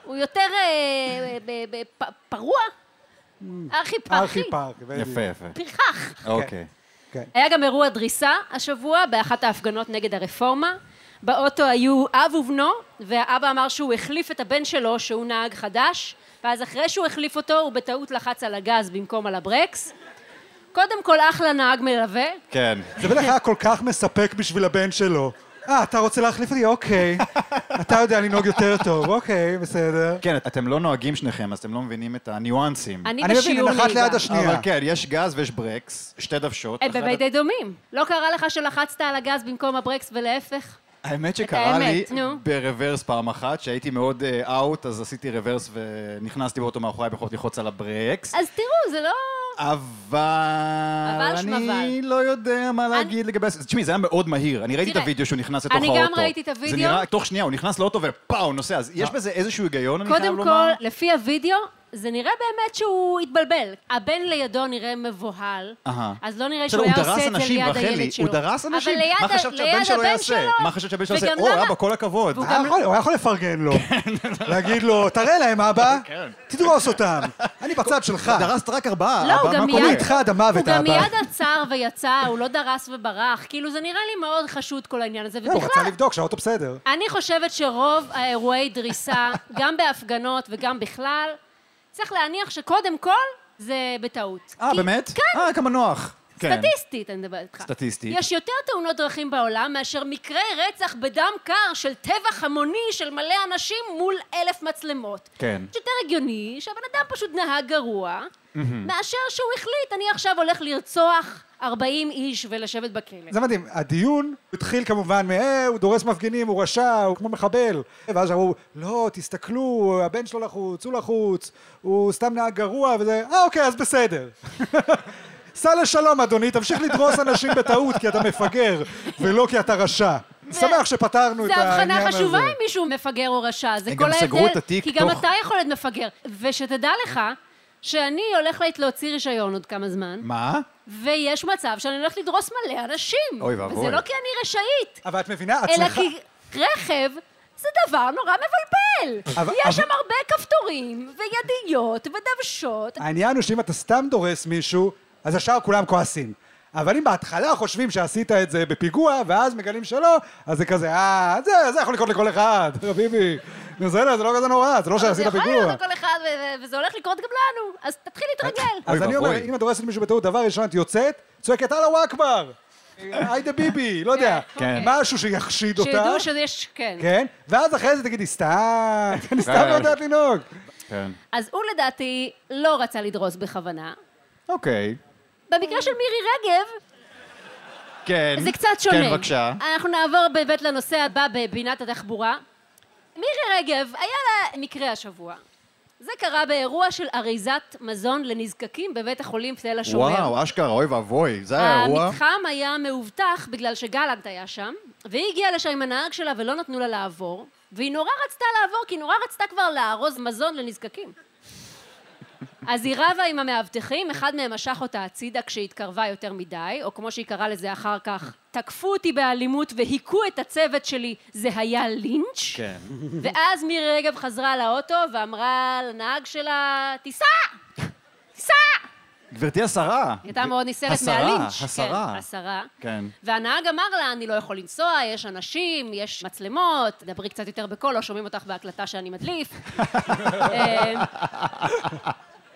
S2: הוא יותר אה, ב- ב- פ- פרוע?
S1: Mm.
S2: ארכי פרחי.
S1: ארכי פארק.
S3: יפה, יפה.
S2: פרחח.
S1: כן.
S3: אוקיי.
S2: היה גם אירוע דריסה השבוע באחת ההפגנות נגד הרפורמה. באוטו היו אב ובנו, והאבא אמר שהוא החליף את הבן שלו, שהוא נהג חדש, ואז אחרי שהוא החליף אותו, הוא בטעות לחץ על הגז במקום על הברקס. קודם כל, אחלה נהג מלווה.
S3: כן.
S1: זה בטח היה כל כך מספק בשביל הבן שלו. אה, אתה רוצה להחליף אותי? אוקיי. אתה יודע לנהוג יותר טוב, אוקיי, בסדר.
S3: כן, אתם לא נוהגים שניכם, אז אתם לא מבינים את הניואנסים.
S2: אני
S1: אני מבין,
S2: בשיעור
S1: הן אחת
S2: נהיגה.
S1: ליד השנייה.
S3: אבל כן, יש גז ויש ברקס, שתי דוושות.
S2: הם
S3: אחת-
S2: אה, בבית דומים. לא קרה לך שלחצת על הגז במקום הברקס ולהפך?
S3: האמת
S2: את
S3: שקרה לי
S2: האמת, נו.
S3: ברוורס פעם אחת, שהייתי מאוד אה, אאוט, אז עשיתי רוורס ונכנסתי באוטו מאחוריי בכל ללחוץ על הברקס.
S2: אז תראו, זה לא...
S3: אבל אני
S2: שמבל.
S3: לא יודע מה להגיד לגבי... הס- תשמעי, זה היה מאוד מהיר. אני ראיתי את
S2: תראה,
S3: הוידאו שהוא נכנס לתוך
S2: אני
S3: האוטו.
S2: גם ראיתי את
S3: זה
S2: הוידאו. אה.
S3: נראה, תוך שנייה, הוא נכנס לאוטו ופאו, נוסע. אז יש בזה איזשהו היגיון, אני חייב
S2: קודם
S3: לומר?
S2: כל, לפי הוידאו, זה נראה באמת שהוא התבלבל. הבן לידו נראה מבוהל,
S3: אהה.
S2: אז לא נראה
S3: בסדר,
S2: שהוא
S3: הוא
S2: היה
S3: דרס
S2: עושה את זה
S3: אנשים,
S2: ליד
S3: רחלי,
S2: הילד שלו.
S3: הוא דרס אנשים.
S2: אבל ליד
S3: מה
S2: ה-
S3: חשבת שהבן
S2: ליד
S3: שלו
S2: הבן
S3: יעשה?
S2: שלו.
S3: מה חשבת שהבן שלו
S2: וגם
S3: יעשה? או,
S2: למה-
S3: אבא, כל הכבוד.
S2: והוא כן.
S1: הוא היה יכול- הוא היה יכול לפרגן לו. להגיד לו, תראה להם אבא, תדרוס אותם. אני בצד שלך.
S3: דרסת רק ארבעה,
S2: לא, הוא
S3: אבא, מה
S2: גם
S3: קורה?
S2: מיד...
S1: קורה איתך עד המוות,
S2: הוא גם
S1: האבא?
S2: מיד עצר ויצא, הוא לא דרס וברח. כאילו, זה נראה לי מאוד חשוד כל העניין הזה.
S3: לא,
S1: הוא רצה
S2: ובכלל,
S1: לבדוק שהאוטו בסדר.
S2: אני חושבת שרוב האירועי דריסה, גם בהפגנות וגם בכלל, צריך להניח שקודם כל זה בטעות.
S3: אה,
S2: כי-
S3: באמת?
S2: כן,
S3: אה, כמה נוח. כן.
S2: סטטיסטית, אני מדברת איתך.
S3: סטטיסטית.
S2: יש יותר תאונות דרכים בעולם מאשר מקרי רצח בדם קר של טבח המוני של מלא אנשים מול אלף מצלמות.
S3: כן.
S2: זה יותר הגיוני שהבן אדם פשוט נהג גרוע, מאשר שהוא החליט, אני עכשיו הולך לרצוח 40 איש ולשבת בכלא.
S1: זה מדהים, הדיון התחיל כמובן מ... "אה, הוא דורס מפגינים, הוא רשע, הוא כמו מחבל. ואז אמרו, לא, תסתכלו, הבן שלו לחוץ, הוא לחוץ, הוא סתם נהג גרוע וזה, אה, אוקיי, אז בסדר. סע לשלום, אדוני, תמשיך לדרוס אנשים בטעות כי אתה מפגר, ולא כי אתה רשע. שמח שפתרנו את
S2: זה
S1: העניין
S2: הבחנה
S1: הזה.
S2: חשובה אם מישהו מפגר או רשע, זה
S3: הם
S2: כל
S3: גם
S2: ההבדל.
S3: סגרו את התיק
S2: כי גם
S3: תוך-
S2: אתה יכול להיות מפגר. ושתדע לך שאני הולכת להוציא רישיון עוד כמה זמן,
S3: מה?
S2: ויש מצב שאני הולכת לדרוס מלא אנשים.
S3: אוי ואבוי.
S2: וזה לא כי אני רשאית,
S1: אבל את מבינה, את
S2: אלא
S1: צריכה...
S2: כי רכב זה דבר נורא מבלבל.
S1: אבל- אבל-
S2: יש שם הרבה כפתורים, וידיות, ודוושות.
S1: העניין הוא שאם אתה סתם דורס מישהו, אז ישר כולם כועסים. אבל אם בהתחלה חושבים שעשית את זה בפיגוע, ואז מגלים שלא, אז זה כזה, אה, זה, זה יכול לקרות לכל אחד, חביבי. נו, בסדר, זה לא כזה נורא, זה לא
S2: זה
S1: שעשית
S2: יכול
S1: פיגוע.
S2: להיות לכל אחד, ו- ו- וזה הולך לקרות גם לנו, אז תתחיל להתרגל.
S1: אז אני אומר,
S3: ואבוי.
S1: אם את דורסת מישהו בטעות, דבר ראשון, את יוצאת, צועקת, אללה וואכבר! היידה ביבי, לא יודע.
S2: כן.
S1: משהו שיחשיד אותה.
S2: שידעו שיש, כן.
S1: כן, ואז אחרי זה תגידי, סתם, אני סתם לא יודעת לנהוג.
S3: כן.
S2: אז הוא לדעתי לא רצה לדרוס בכוונה.
S3: אוקיי.
S2: במקרה של מירי רגב,
S3: כן.
S2: זה קצת שונה.
S3: כן, בבקשה.
S2: אנחנו נעבור באמת לנושא הבא בבינת התחבורה. מירי רגב, היה לה מקרה השבוע. זה קרה באירוע של אריזת מזון לנזקקים בבית החולים תל השומר.
S3: וואו, אשכרה, אוי ואבוי. זה
S2: אה,
S3: היה אירוע.
S2: המתחם היה מאובטח בגלל שגלנט היה שם, והיא הגיעה לשם עם הנהג שלה ולא נתנו לה לעבור, והיא נורא רצתה לעבור, כי היא נורא רצתה כבר לארוז מזון לנזקקים. אז היא רבה עם המאבטחים, אחד מהם משך אותה הצידה כשהתקרבה יותר מדי, או כמו שהיא קראה לזה אחר כך, תקפו אותי באלימות והיכו את הצוות שלי, זה היה לינץ'.
S3: כן.
S2: ואז מירי רגב חזרה לאוטו ואמרה לנהג שלה, תיסע! תיסע!
S3: גברתי השרה.
S2: היא הייתה מאוד נסערת
S3: השרה,
S2: מהלינץ'.
S3: השרה.
S2: כן, השרה.
S3: כן.
S2: והנהג אמר לה, אני לא יכול לנסוע, יש אנשים, יש מצלמות, דברי קצת יותר בקול, לא שומעים אותך בהקלטה שאני מדליף. אה,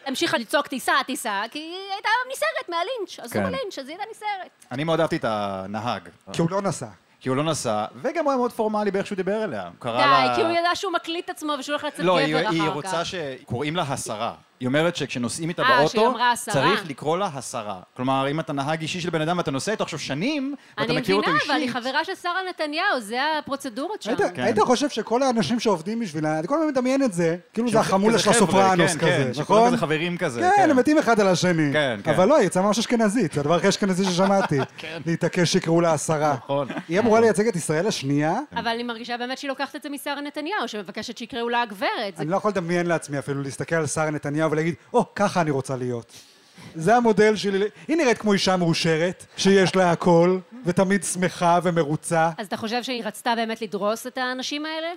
S2: המשיכה לצעוק טיסה, טיסה, כי היא הייתה נסערת מהלינץ', אז הוא
S3: כן.
S2: בלינץ', אז היא הייתה נסערת.
S3: אני מאוד אהבתי את הנהג.
S1: כי הוא לא נסע.
S3: כי הוא לא נסע, וגם הוא היה מאוד פורמלי באיך שהוא דיבר אליה. הוא קרא לה...
S2: די, כי הוא ידע שהוא מקליט את עצמו ושהוא הולך לצאת גבר
S3: לא,
S2: אחר
S3: היא,
S2: כך.
S3: היא רוצה ש... קוראים לה השרה. היא אומרת שכשנוסעים איתה
S2: אה, שהיא
S3: באוטו,
S2: אמרה השרה.
S3: צריך לקרוא לה השרה. כלומר, אם אתה נהג אישי של בן אדם ואתה נוסע איתו עכשיו שנים, ואתה
S2: אני מבינה,
S3: מכיר אותו אישית...
S2: אבל היא חברה של שרה נתניהו, זה הפרוצדורות שם.
S1: היית,
S3: כן,
S1: היית חושב שכל האנשים שעובדים בשבילה, אתה כל הזמן מדמיין את זה, כאילו זה
S3: שהם
S1: החמולה
S3: כזה
S1: של
S3: חבר'ה,
S1: הסופרנוס
S3: כן,
S1: כזה,
S3: כן, שכולם
S1: נכון?
S3: כזה חברים כזה,
S1: כן,
S3: כן.
S1: הם מתים אחד על השני.
S3: כן, כן.
S1: אבל לא, היא יצאה ממש אשכנזית, זה הדבר הכי אשכנזי ששמעתי. להתעקש שיקראו לה השרה.
S3: נכון. כן.
S1: היא אמורה לייצג את ישראל השנייה?
S2: אבל אני מרגישה באמת שהיא לוקחת את זה משרה נתניהו, שמבקשת שיקראו לה הגברת. זה
S1: אני לא יכול לדמיין לעצמי אפילו להסתכל על שרה נתניהו ולהגיד, או, ככה אני רוצה להיות. זה המודל שלי, היא נראית כמו אישה מאושרת, שיש לה הכל, ותמיד שמחה ומרוצה.
S2: אז אתה חושב שהיא רצתה באמת לדרוס את האנשים האלה?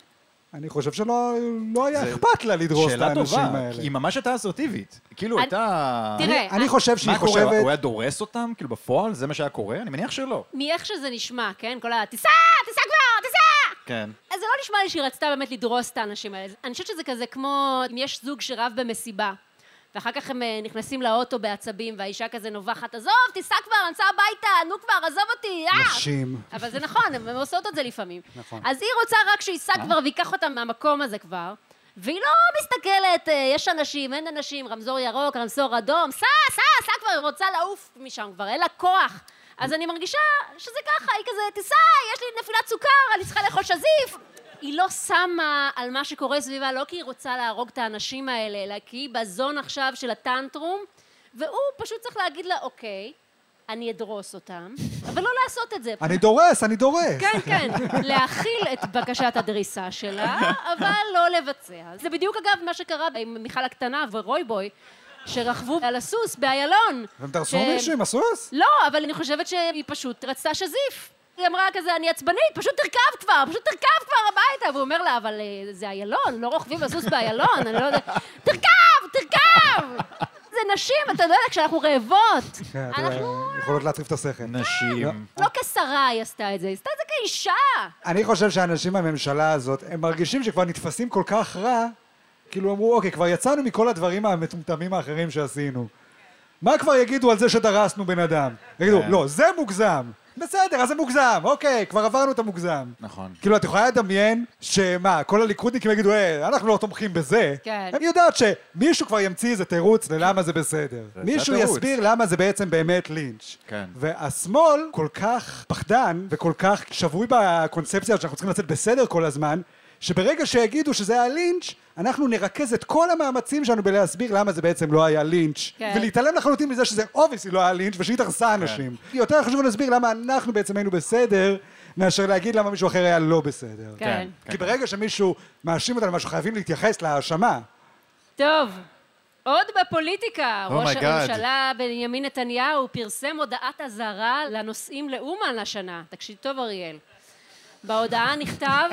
S1: אני חושב שלא לא היה אכפת לה לדרוס את
S3: שאלה
S1: האנשים
S3: טובה,
S1: האלה.
S3: כי היא ממש הייתה אסרטיבית. כאילו,
S2: אני-
S3: הייתה...
S2: תראה,
S1: אני- אני חושב
S3: מה
S1: שהיא
S3: היא חושבת?
S1: חושבת...
S3: הוא היה דורס אותם? כאילו, בפועל? זה מה שהיה קורה? אני מניח שלא.
S2: מאיך שזה נשמע, כן? כל ה... תיסע! תיסע כבר! תיסע!
S3: כן.
S2: אז זה לא נשמע לי שהיא רצתה באמת לדרוס את האנשים האלה. אני חושבת שזה כזה כמו אם יש זוג שרב במסיבה, ואחר כך הם אה, נכנסים לאוטו בעצבים, והאישה כזה נובחת, עזוב, תיסע כבר, אני נוסעה הביתה, נו כבר, עזוב אותי, אה!
S1: נשים.
S2: אבל זה נכון, הן עושות את זה לפעמים.
S1: נכון.
S2: אז היא רוצה רק שייסע כבר וייקח אותה מהמקום הזה כבר, והיא לא מסתכלת, אה, יש אנשים, אין אנשים, רמזור ירוק, רמזור אדום, סע, סע, סע כבר, היא רוצה לעוף משם כבר, אין לה כוח. אז אני מרגישה שזה ככה, היא כזה, תיסע, יש לי נפילת סוכר, אני צריכה לאכול שזיף. היא לא שמה על מה שקורה סביבה, לא כי היא רוצה להרוג את האנשים האלה, אלא כי היא בזון עכשיו של הטנטרום, והוא פשוט צריך להגיד לה, אוקיי, אני אדרוס אותם, אבל לא לעשות את זה.
S1: אני דורס, אני דורס.
S2: כן, כן, להכיל את בקשת הדריסה שלה, אבל לא לבצע. זה בדיוק, אגב, מה שקרה עם מיכל הקטנה ורוי-בוי, שרכבו על הסוס באיילון.
S1: והם דרסו
S2: שהם-
S1: מישהו עם הסוס?
S2: לא, אבל אני חושבת שהיא פשוט רצתה שזיף. היא אמרה כזה, אני עצבנית, פשוט תרכב כבר, פשוט תרכב כבר הביתה. והוא אומר לה, אבל אה, זה איילון, לא רוכבים לסוס באיילון, אני לא יודע... תרכב, תרכב! זה נשים, אתה לא יודע, כשאנחנו רעבות.
S1: כן, אתה יודע,
S2: אנחנו...
S1: יכולות להטריף את השכל.
S3: נשים.
S2: לא כשרה היא עשתה את זה, היא עשתה את זה כאישה.
S1: אני חושב שהאנשים בממשלה הזאת, הם מרגישים שכבר נתפסים כל כך רע, כאילו אמרו, אוקיי, כבר יצאנו מכל הדברים המטומטמים האחרים שעשינו. מה כבר יגידו על זה שדרסנו בן אדם? יגידו,
S3: כן.
S1: לא, זה מוגזם. בסדר, אז זה מוגזם, אוקיי, כבר עברנו את המוגזם.
S3: נכון.
S1: כאילו, את יכולה לדמיין שמה, כל הליכודניקים יגידו, אה, אנחנו לא תומכים בזה.
S2: כן.
S1: אני יודעת שמישהו כבר ימציא איזה תירוץ ללמה זה בסדר.
S3: זה
S1: מישהו
S3: תירוץ.
S1: יסביר למה זה בעצם באמת לינץ'.
S3: כן.
S1: והשמאל כל כך פחדן וכל כך שבוי בקונספציה שאנחנו צריכים לצאת בסדר כל הזמן, שברגע שיגידו שזה היה לינץ', אנחנו נרכז את כל המאמצים שלנו בלהסביר למה זה בעצם לא היה לינץ',
S2: כן.
S1: ולהתעלם לחלוטין מזה שזה אובייסי לא היה לינץ' ושהיא דרסה
S3: כן.
S1: אנשים. יותר חשוב להסביר למה אנחנו בעצם היינו בסדר, מאשר להגיד למה מישהו אחר היה לא בסדר.
S2: כן.
S1: כי ברגע שמישהו מאשים אותנו במשהו, חייבים להתייחס להאשמה.
S2: טוב, עוד בפוליטיקה,
S3: Oh
S2: ראש
S3: my God.
S2: הממשלה בנימין נתניהו פרסם הודעת אזהרה לנוסעים לאומן השנה. תקשיב טוב, אריאל. בהודעה נכתב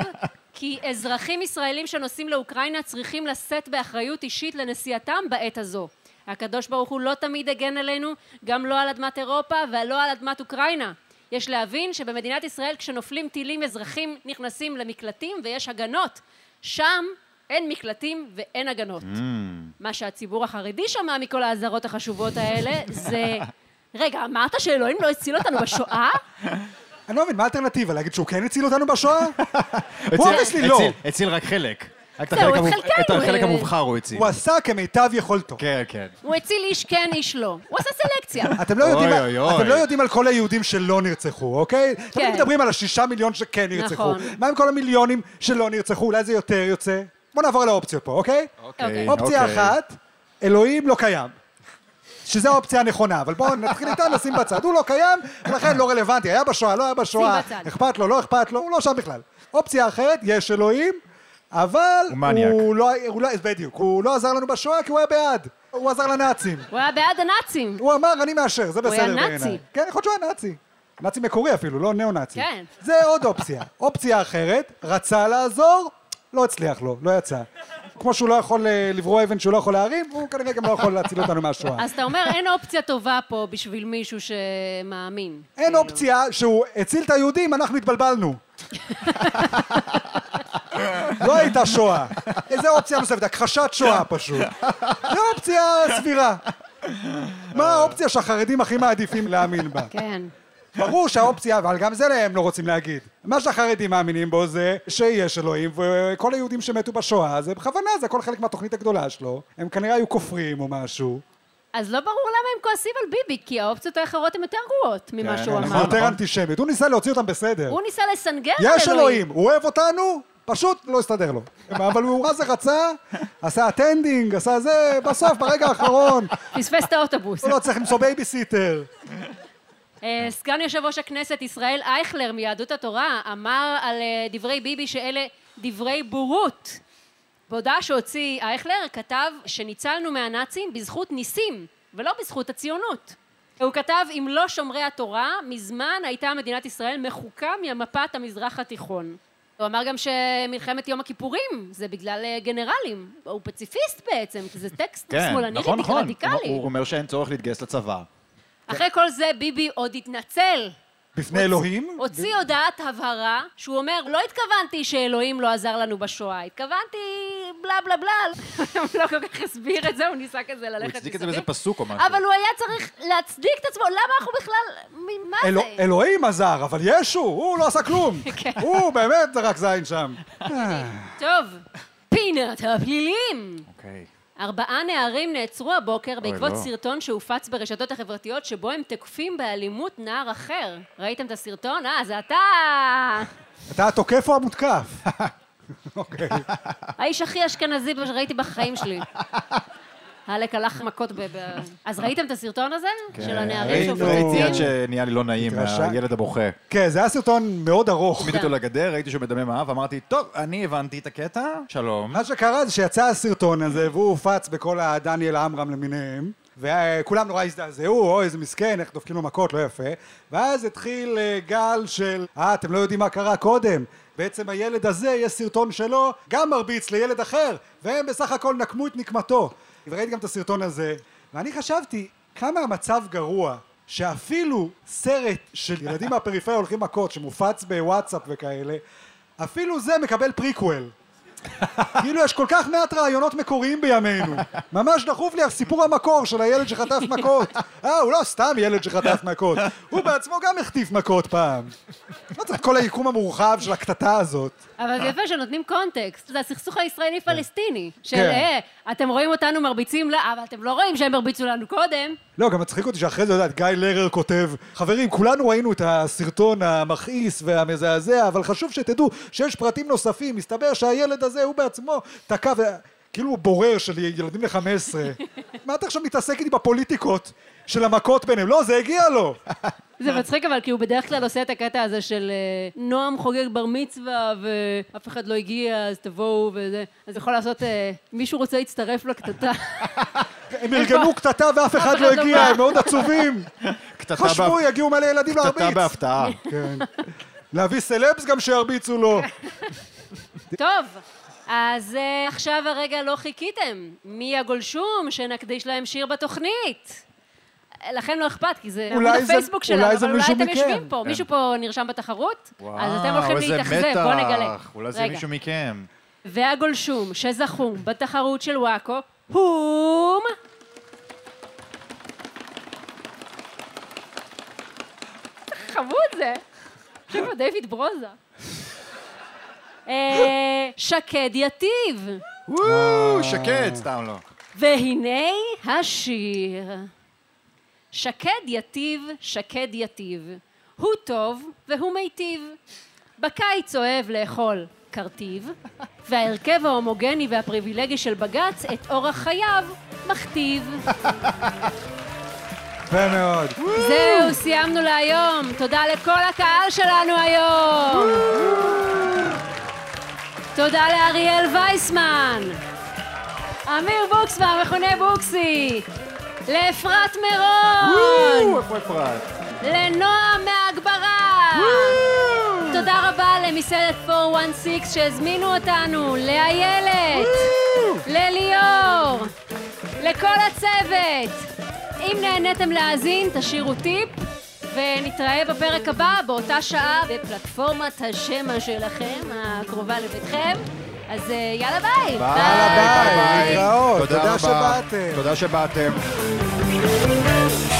S2: כי אזרחים ישראלים שנוסעים לאוקראינה צריכים לשאת באחריות אישית לנסיעתם בעת הזו. הקדוש ברוך הוא לא תמיד הגן עלינו, גם לא על אדמת אירופה ולא על אדמת אוקראינה. יש להבין שבמדינת ישראל כשנופלים טילים אזרחים נכנסים למקלטים ויש הגנות. שם אין מקלטים ואין הגנות.
S3: Mm.
S2: מה שהציבור החרדי שמע מכל האזהרות החשובות האלה זה... רגע, אמרת שאלוהים לא הציל אותנו בשואה?
S1: אני לא מבין, מה האלטרנטיבה? להגיד שהוא כן הציל אותנו בשואה?
S3: הציל-
S1: הוא obviously לא.
S3: הציל- הציל רק חלק. רק את
S2: זהו,
S3: החלק
S2: את
S3: המוב-
S2: חלקנו,
S3: את החלק
S2: אה.
S3: המובחר הוא הציל.
S1: הוא עשה כמיטב יכולתו.
S3: כן, כן.
S2: הוא הציל איש כן, איש לא. הוא עשה סלקציה.
S1: אתם לא,
S3: אוי,
S1: יודעים,
S3: אוי, אוי.
S1: אתם לא יודעים על כל היהודים שלא נרצחו, אוקיי? כן. תמיד מדברים על השישה מיליון שכן נרצחו.
S2: נכון.
S1: מה עם כל המיליונים שלא נרצחו? אולי זה יותר יוצא? בוא נעבור על האופציות פה, אוקיי?
S2: אוקיי.
S1: אופציה אחת, אלוהים לא קיים. שזו האופציה הנכונה, אבל בואו נתחיל איתה, נשים בצד. הוא לא קיים, ולכן לא רלוונטי. היה בשואה, לא היה בשואה,
S2: שים בצד.
S1: אכפת לו, לא אכפת לו, הוא לא שם בכלל. אופציה אחרת, יש אלוהים, אבל...
S3: הוא מניאק.
S1: הוא לא, הוא לא, בדיוק, הוא לא עזר לנו בשואה כי הוא היה בעד. הוא עזר לנאצים.
S2: הוא היה בעד הנאצים.
S1: הוא אמר, אני מאשר, זה
S2: היה
S1: בסדר בעיניי.
S2: נאצי.
S1: כן, יכול להיות שהוא היה נאצי. נאצי מקורי אפילו, לא ניאו-נאצי.
S2: כן.
S1: זה עוד אופציה. אופציה אחרת, רצה לעזור, לא הצליח לו, לא יצא. כמו שהוא לא יכול אה, לברוא אבן שהוא לא יכול להרים, הוא כנראה גם לא יכול להציל אותנו מהשואה.
S2: אז אתה אומר, אין אופציה טובה פה בשביל מישהו שמאמין.
S1: אין
S2: כאילו.
S1: אופציה שהוא הציל את היהודים, אנחנו התבלבלנו. לא הייתה שואה. איזה אופציה נוספת? הכחשת שואה פשוט. זו אופציה סבירה. מה האופציה שהחרדים הכי מעדיפים להאמין בה?
S2: כן.
S1: ברור שהאופציה, אבל גם זה הם לא רוצים להגיד. מה שהחרדים מאמינים בו זה שיש אלוהים, וכל היהודים שמתו בשואה, זה בכוונה, זה הכל חלק מהתוכנית הגדולה שלו. הם כנראה היו כופרים או משהו.
S2: אז לא ברור למה הם כועסים על ביבי, כי האופציות האחרות הן יותר גרועות ממה
S3: כן,
S2: שהוא
S1: זה
S3: נכון.
S2: אמר.
S1: יותר אנטישמיות. הוא ניסה להוציא אותם בסדר.
S2: הוא ניסה לסנגר על אלוהים.
S1: יש אלוהים, הוא אוהב אותנו, פשוט לא הסתדר לו. אבל הוא רזה רצה, עשה אטנדינג, עשה זה, בסוף, ברגע האחרון,
S2: פספס את האוטובוס.
S1: הוא לא צריך למצוא בייביסיטר.
S2: אה, סגן יושב ראש הכנסת ישראל אייכלר מיהדות התורה אמר על אה, דברי ביבי שאלה דברי בורות. בהודעה שהוציא אייכלר כתב שניצלנו מהנאצים בזכות ניסים ולא בזכות הציונות. הוא כתב אם לא שומרי התורה מזמן הייתה מדינת ישראל מחוקה ממפת המזרח התיכון. הוא אמר גם שמלחמת יום הכיפורים זה בגלל אה, גנרלים. הוא פציפיסט בעצם, כי זה טקסט שמאלני
S3: נכון,
S2: רדיק-
S3: נכון.
S2: רדיקלי.
S3: הוא הוא אומר שאין צורך להתגייס לצבא.
S2: אחרי כל זה ביבי עוד התנצל
S1: בפני אלוהים?
S2: הוציא הודעת הבהרה שהוא אומר, לא התכוונתי שאלוהים לא עזר לנו בשואה, התכוונתי בלה בלה בלה. הוא לא כל כך הסביר את זה, הוא ניסה כזה ללכת
S3: הוא הצדיק את זה
S2: מסביב.
S3: באיזה פסוק או משהו.
S2: אבל הוא היה צריך להצדיק את עצמו, למה אנחנו בכלל... מ- מה
S1: אלו-
S2: זה?
S1: אלוהים עזר, אבל ישו, הוא לא עשה כלום.
S2: כן.
S1: הוא באמת זרק זין שם.
S2: טוב, פינת הפלילים.
S3: אוקיי.
S2: ארבעה נערים נעצרו הבוקר בעקבות
S3: לא.
S2: סרטון שהופץ ברשתות החברתיות שבו הם תוקפים באלימות נער אחר. ראיתם את הסרטון? אה, זה אתה!
S1: אתה התוקף או המותקף? אוקיי.
S2: האיש הכי אשכנזי שראיתי בחיים שלי. העלק הלך מכות ב... ב- אז ראיתם את הסרטון הזה? של הנערים
S3: כן, ראינו- ראיתי עד
S2: שהופצצים?
S3: שנהיה לי לא נעים,
S1: התרשק.
S3: הילד הבוכה.
S1: כן, זה היה סרטון מאוד ארוך.
S2: כן.
S3: הצמיד אותו לגדר, ראיתי שהוא מדמם האף, אמרתי, טוב, אני הבנתי את הקטע, שלום.
S1: מה שקרה זה שיצא הסרטון הזה, והוא הופץ בכל הדניאל עמרם למיניהם, וכולם נורא הזדעזעו, אוי, איזה מסכן, איך דופקים לו מכות, לא יפה. ואז התחיל אה, גל של, אה, אתם לא יודעים מה קרה קודם. בעצם הילד הזה, יש סרטון שלו, גם מרביץ לילד אחר, והם בסך הכל נקמו את נקמתו. וראיתי גם את הסרטון הזה, ואני חשבתי, כמה המצב גרוע. שאפילו סרט של ילדים מהפריפריה הולכים מכות, שמופץ בוואטסאפ וכאלה, אפילו זה מקבל פריקוול. כאילו יש כל כך מעט רעיונות מקוריים בימינו. ממש דחוף לי הסיפור המקור של הילד שחטף מכות. אה, הוא לא סתם ילד שחטף מכות. הוא בעצמו גם החטיף מכות פעם. לא צריך את כל היקום המורחב של הקטטה הזאת.
S2: אבל זה יפה שנותנים קונטקסט. זה הסכסוך הישראלי-פלסטיני. של,
S1: כן.
S2: אה, אתם רואים אותנו מרביצים לה, אבל אתם לא רואים שהם הרביצו לנו קודם.
S1: לא, גם מצחיק אותי שאחרי זה, יודעת, גיא לרר כותב, חברים, כולנו ראינו את הסרטון המכעיס והמזעזע, אבל חשוב שתדעו שיש פרטים נוספים. מסתבר שהילד הזה, הוא בעצמו תקע ו... כאילו הוא בורר של ילדים בני 15. מה אתה עכשיו מתעסק איתי בפוליטיקות של המכות ביניהם? לא, זה הגיע לו.
S2: זה
S3: כן.
S2: מצחיק אבל כי הוא בדרך כלל עושה את הקטע הזה של אה, נועם חוגג בר מצווה ואף אחד לא הגיע אז תבואו וזה אז יכול לעשות אה, מישהו רוצה להצטרף לקטטה
S1: הם ארגנו קטטה ואף אחד לא הגיע, הם מאוד עצובים.
S3: קטטה
S1: חשבו,
S3: בהפ-
S1: יגיעו מלא ילדים
S3: קטטה
S1: להרביץ.
S3: בהפתעה.
S1: כן. להביא סלבס גם שירביצו לו.
S2: טוב אז אה, עכשיו הרגע לא חיכיתם מי הגולשום שנקדיש להם שיר בתוכנית אה, לכם לא אכפת כי זה
S1: אולי
S2: עמוד
S1: זה-
S2: הפייסבוק שלנו
S1: אולי זה
S2: אבל אולי
S1: מישהו
S2: אתם
S1: מכם.
S2: יושבים פה
S3: כן.
S2: מישהו פה נרשם בתחרות אז אתם
S3: וואו,
S2: הולכים
S3: איזה
S2: להתאכזב בואו
S3: מתח.
S2: נגלה
S3: אולי זה
S2: רגע.
S3: מישהו מכם.
S1: אה.
S2: והגולשום שזכו בתחרות של וואקו הום חמוד זה. חושב על דיוויד ברוזה. אה, שקד יתיב.
S3: וואו, שקט, סתם לא.
S2: והנה השיר. שקד יתיב, שקד יתיב. הוא טוב והוא מיטיב. בקיץ אוהב לאכול קרטיב, וההרכב ההומוגני והפריבילגי של בג"ץ את אורח חייו מכתיב.
S1: יפה מאוד.
S2: זהו, סיימנו להיום. תודה לכל הקהל שלנו היום. תודה לאריאל וייסמן, אמיר בוקס והמכונה בוקסי, לאפרת מירון,
S3: וואו, איפה אפרת?
S2: לנועם מהגברה. תודה רבה למסעדת 416 שהזמינו אותנו, לאיילת, לליאור, לכל הצוות. אם נהניתם להאזין, תשאירו טיפ, ונתראה בפרק הבא באותה שעה בפלטפורמת השמע שלכם, הקרובה לביתכם. אז אה, יאללה ביי!
S1: ביי, להתראות.
S3: תודה
S1: תודה
S3: רבה.
S1: שבאתם.
S3: תודה שבאתם.